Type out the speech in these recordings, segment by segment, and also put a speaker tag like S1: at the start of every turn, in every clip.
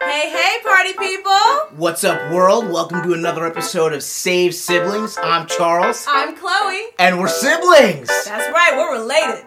S1: Hey, hey, party people!
S2: What's up, world? Welcome to another episode of Save Siblings. I'm Charles,
S1: I'm Chloe.
S2: and we're siblings.
S1: That's right, we're related.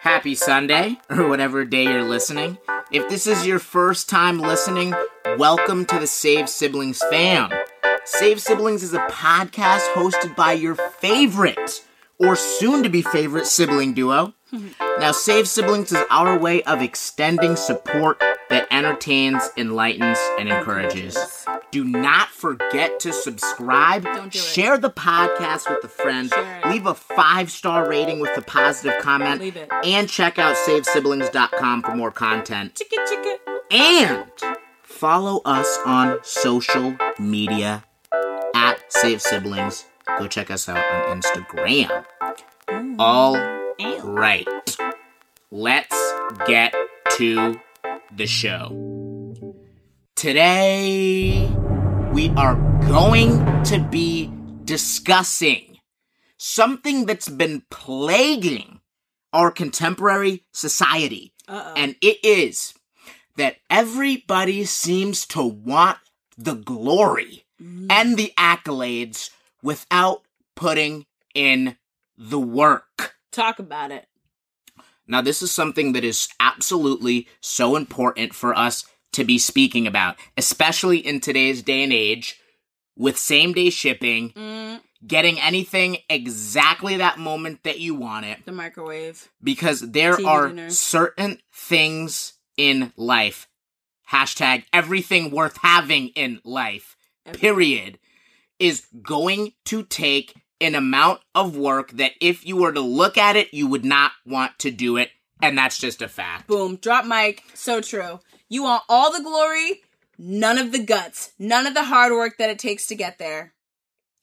S3: Happy Sunday, or whatever day you're listening. If this is your first time listening, welcome to the Save Siblings fam. Save Siblings is a podcast hosted by your favorite or soon to be favorite sibling duo. Now, Save Siblings is our way of extending support that entertains, enlightens, and encourages. Do not forget to subscribe.
S4: Don't do it.
S3: share the podcast with a friend.
S4: Share it.
S3: Leave a five star rating with a positive comment.
S4: Leave it.
S3: And check out savesiblings.com for more content.
S4: Chicka chicka.
S3: And follow us on social media at Save Siblings. Go check us out on Instagram. All right. Let's get to the show. Today, we are going to be discussing something that's been plaguing our contemporary society. And it is that everybody seems to want the glory and the accolades without putting in the work.
S4: Talk about it.
S3: Now, this is something that is absolutely so important for us to be speaking about, especially in today's day and age with same day shipping,
S4: Mm,
S3: getting anything exactly that moment that you want it,
S4: the microwave.
S3: because there
S4: TV
S3: are
S4: dinner.
S3: certain things in life. Hashtag everything worth having in life, period, is going to take an amount of work that if you were to look at it, you would not want to do it. And that's just a fact.
S4: Boom. Drop mic. So true. You want all the glory, none of the guts, none of the hard work that it takes to get there.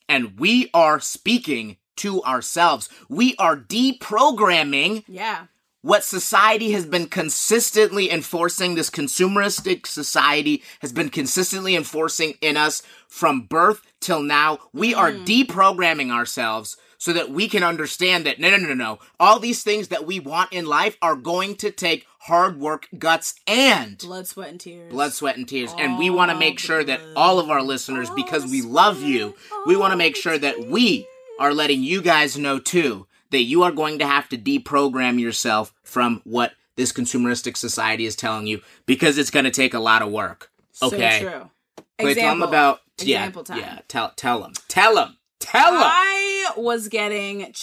S3: And we are speaking to ourselves. We are deprogramming
S4: Yeah.
S3: what society has been consistently enforcing, this consumeristic society has been consistently enforcing in us from birth till now. We are deprogramming ourselves so that we can understand that no, no, no, no, no. All these things that we want in life are going to take hard work, guts, and
S4: Blood, sweat, and tears.
S3: blood, sweat, and tears. and we want to make sure that
S4: Oh,
S3: all of our listeners, because we love you, we want to make sure that we are letting you guys know too that you are going to have to deprogram yourself from what this consumeristic society is telling you because it's going to take a lot of work. Okay.
S4: So true.
S3: Wait, tell them about yeah,
S4: Example time.
S3: Yeah, tell tell them. Tell them. Tell them.
S4: I was getting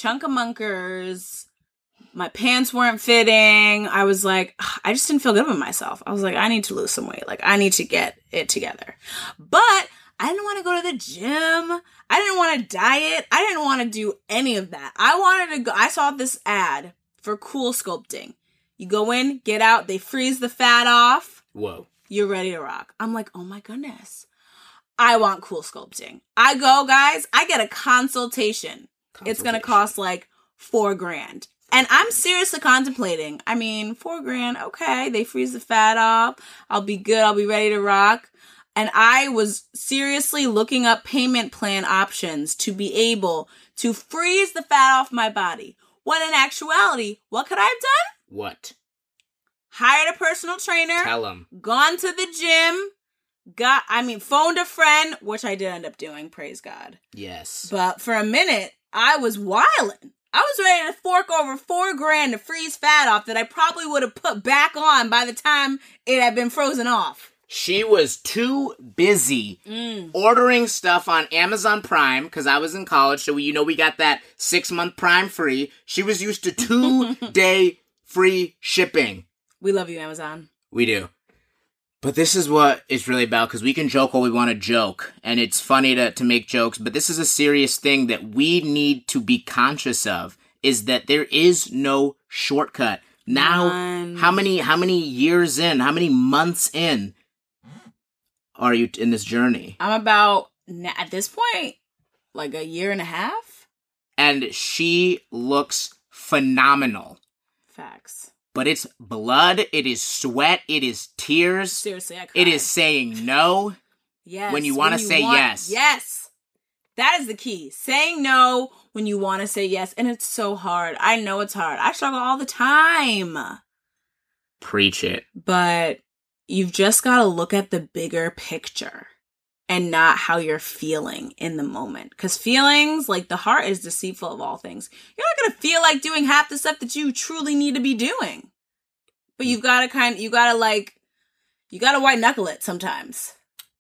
S4: chunkamunkers. My pants weren't fitting. I was like, "Ugh, I just didn't feel good about myself. I was like, I need to lose some weight. Like, I need to get it together. But I didn't want to go to the gym. I didn't want to diet. I didn't want to do any of that. I wanted to go. I saw this ad for cool sculpting. You go in, get out, they freeze the fat off
S3: Whoa.
S4: you're ready to rock. I'm like, oh my goodness. I want cool sculpting. I go, guys, I get a consultation. It's gonna cost like four grand. And I'm seriously contemplating. I mean, four grand, okay, they freeze the fat off. I'll be good, I'll be ready to rock. And I was seriously looking up payment plan options to be able to freeze the fat off my body. When in actuality, what could I have done?
S3: What?
S4: Hired a personal trainer
S3: Tell them.
S4: gone to the gym, got, I mean, phoned a friend, which I did end up doing, praise God.
S3: Yes.
S4: But for a minute, I was wildin'. I was ready to fork over four grand to freeze fat off that I probably would have put back on by the time it had been frozen off.
S3: She was too busy Mm. ordering stuff on Amazon Prime because I was in college, so you know we got that six month Prime free. She was used to two day free shipping.
S4: We love you, Amazon.
S3: We do. But this is what it's really about because we can joke what we want to joke, and it's funny to, to make jokes, but this is a serious thing that we need to be conscious of is that there is no shortcut. Now
S4: None.
S3: how many how many years in, how many months in are you in this journey?
S4: I'm about, na- at this point, like a year and a half?
S3: And she looks phenomenal.
S4: Facts.
S3: But it's blood, it is sweat, it is tears.
S4: Seriously, I cried.
S3: It is saying no.
S4: Yes.
S3: when you wanna say yes.
S4: Yes. That is the key. Saying no when you want to say yes. And it's so hard. I know it's hard. I struggle all the time.
S3: Preach it.
S4: But You've just got to look at the bigger picture and not how you're feeling in the moment. Because feelings, like the heart, is deceitful of all things. You're not going to feel like doing half the stuff that you truly need to be doing. But you've got to kind you got to like, you got to white knuckle it sometimes.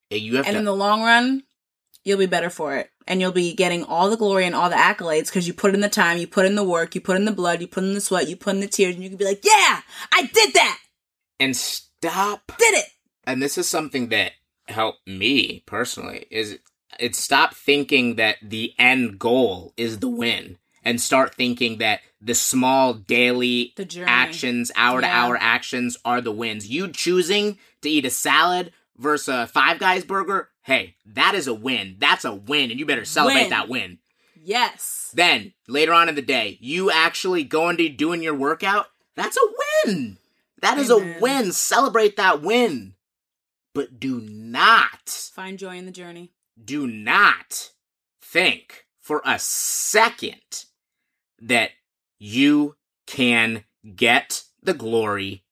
S3: Yeah, you have
S4: And in
S3: to.
S4: the long run, you'll be better for it. And you'll be getting all the glory and all the accolades because you put in the time, you put in the work, you put in the blood, you put in the sweat, you put in the tears, and you can be like, yeah, I did that,
S3: and stop.
S4: did it.
S3: And this is something that helped me personally. Is it stop thinking that the end goal is the win, and start thinking that the small daily
S4: The journey.
S3: actions, hour to
S4: Yeah.
S3: hour actions are the wins. You choosing to eat a salad versus a Five Guys burger, hey, that is a win. That's a win, and you better celebrate
S4: Win.
S3: that win.
S4: Yes.
S3: Then later on in the day, you actually going to doing your workout, that's a win. That is a
S4: Amen.
S3: win. Celebrate that win. But do not,
S4: Find joy in the journey.
S3: do not think for a second that you can get the glory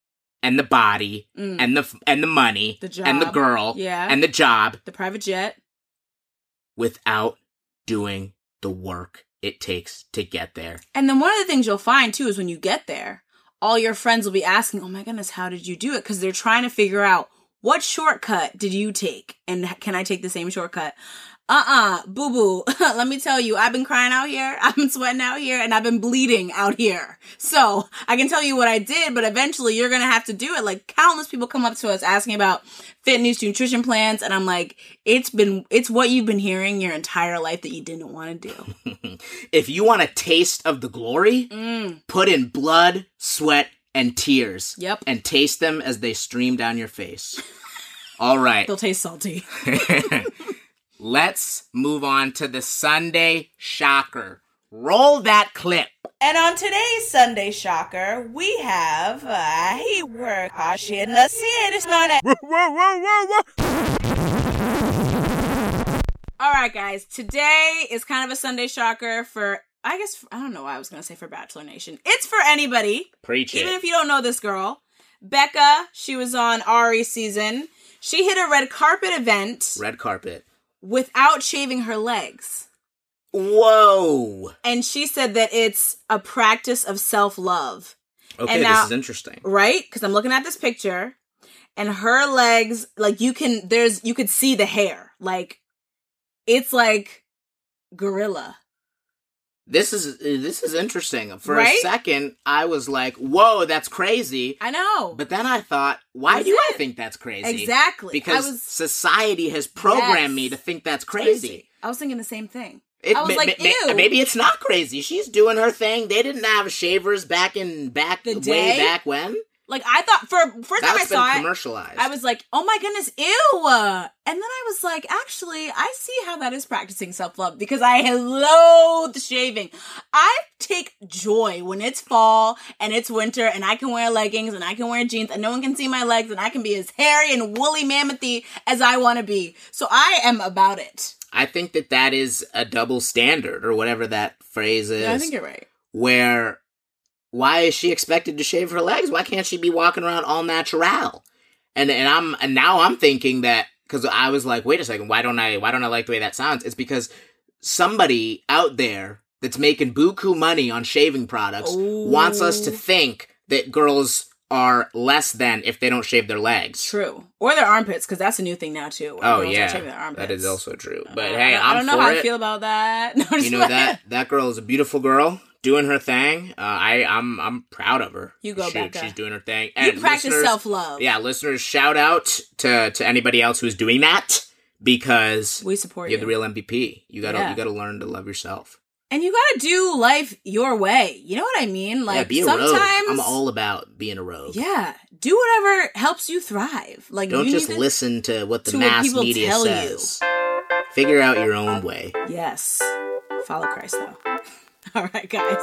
S3: and the body
S4: Mm.
S3: and the and the money
S4: The
S3: and the
S4: job.
S3: girl
S4: Yeah.
S3: and the job
S4: the private jet.
S3: without doing the work it takes to get there.
S4: And then one of the things you'll find too is when you get there, all your friends will be asking, "Oh my goodness, how did you do it?" Because they're trying to figure out what shortcut did you take, and h- can I take the same shortcut? Uh uh boo boo. Let me tell you, I've been crying out here, I've been sweating out here, and I've been bleeding out here. So I can tell you what I did, but eventually you're gonna have to do it. Like countless people come up to us asking about fitness, nutrition plans, and I'm like, it's been, it's what you've been hearing your entire life that you didn't want to do.
S3: If you want a taste of the glory, put in blood, sweat, and tears.
S4: Mm. Yep.
S3: And taste them as they stream down your face. All right.
S4: They'll taste salty.
S3: Let's move on to the Sunday shocker. Roll that clip.
S1: And on today's Sunday Shocker, we have uh, he were caution the theater's not at
S4: All right, guys. Today is kind of a Sunday shocker for, I guess, I don't know why I was going to say for Bachelor Nation. It's for anybody,
S3: Preach
S4: even if you don't know this girl. Becca, she was on Ari season. She hit a red carpet event
S3: Red carpet.
S4: without shaving her legs.
S3: Whoa.
S4: And she said that it's a practice of self love,
S3: Okay,
S4: And now-
S3: this is interesting.
S4: right? Because I'm looking at this picture and her legs, like you can, there's, you could see the hair. Like, it's like gorilla.
S3: This is this is interesting. For a
S4: Right?
S3: second, I was like, "Whoa, that's crazy."
S4: I know.
S3: But then I thought, why
S4: Is
S3: do I
S4: it?
S3: think that's crazy?
S4: Exactly.
S3: Because
S4: I was
S3: society has programmed
S4: Yes.
S3: me to think that's
S4: crazy.
S3: crazy.
S4: I was thinking the same thing.
S3: It-
S4: I was
S3: ma-
S4: like,
S3: ma- ma-
S4: ew.
S3: maybe it's not crazy. She's doing her thing. They didn't have shavers back in back
S4: The
S3: way
S4: day?
S3: back when.
S4: Like I thought for first time I
S3: That's been
S4: saw it,
S3: commercialized.
S4: I was like, oh my goodness, ew. And then I was like, actually, I see how that is practicing self love because I loathe shaving. I take joy when it's fall and it's winter and I can wear leggings and I can wear jeans and no one can see my legs and I can be as hairy and woolly mammothy as I want to be. So I am about it.
S3: I think that that is a double standard or whatever that phrase is.
S4: Yeah, I think you're right.
S3: where why is she expected to shave her legs? Why can't she be walking around all natural? And and I'm and now I'm thinking that because I was like, wait a second, why don't I why don't I like the way that sounds? It's because somebody out there that's making buku money on shaving products wants us to
S4: Ooh.
S3: think that girls are less than if they don't shave their legs.
S4: True. Or their armpits, because that's a new thing now too. where
S3: Oh
S4: girls are shaving their
S3: yeah,
S4: armpits.
S3: that is also true.
S4: I
S3: But
S4: don't-
S3: hey,
S4: Uh, I don't, I
S3: I'm
S4: don't know
S3: for
S4: how
S3: it.
S4: I feel about that. No, I'm
S3: you
S4: just
S3: know
S4: like-
S3: that that girl is a beautiful girl doing her thing. Uh, I I'm I'm proud of her.
S4: You go,
S3: Shoot,
S4: Becca.
S3: She's doing her thing.
S4: You practice
S3: listeners-
S4: self love.
S3: Yeah, listeners, shout out to to anybody else who's doing that because
S4: We support
S3: you're
S4: you.
S3: the real MVP. You gotta
S4: Yeah.
S3: you gotta learn to love yourself.
S4: and you gotta do life your way. You know what I mean?
S3: yeah,
S4: Like
S3: be a
S4: sometimes
S3: rogue. I'm all about being a rogue.
S4: Yeah. Do whatever helps you thrive. Like
S3: Don't
S4: you
S3: just
S4: need to-
S3: listen to what the
S4: to what
S3: mass
S4: people
S3: media
S4: tell you.
S3: says. Figure out your own way.
S4: Yes. Follow Christ though. all right, guys.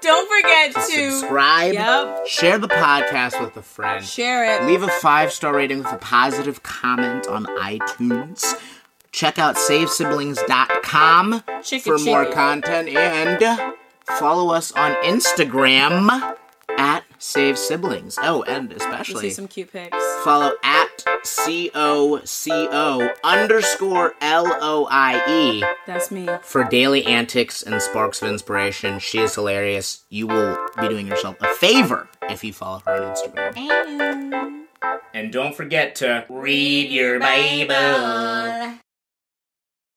S4: Don't forget to
S3: Subscribe.
S4: Yep.
S3: Share the podcast with a friend.
S4: share it.
S3: Leave a five star rating with a positive comment on iTunes. Check out savesiblings.com
S4: Chicka
S3: for more
S4: chicka.
S3: content and follow us on Instagram at Save Siblings. Oh, and
S4: You'll see
S3: especially
S4: some cute pics.
S3: follow at at C O C O underscore L O I E
S4: That's me.
S3: for daily antics and sparks of inspiration. She is hilarious. You will be doing yourself a favor if you follow her on Instagram. And don't forget to read your Bible.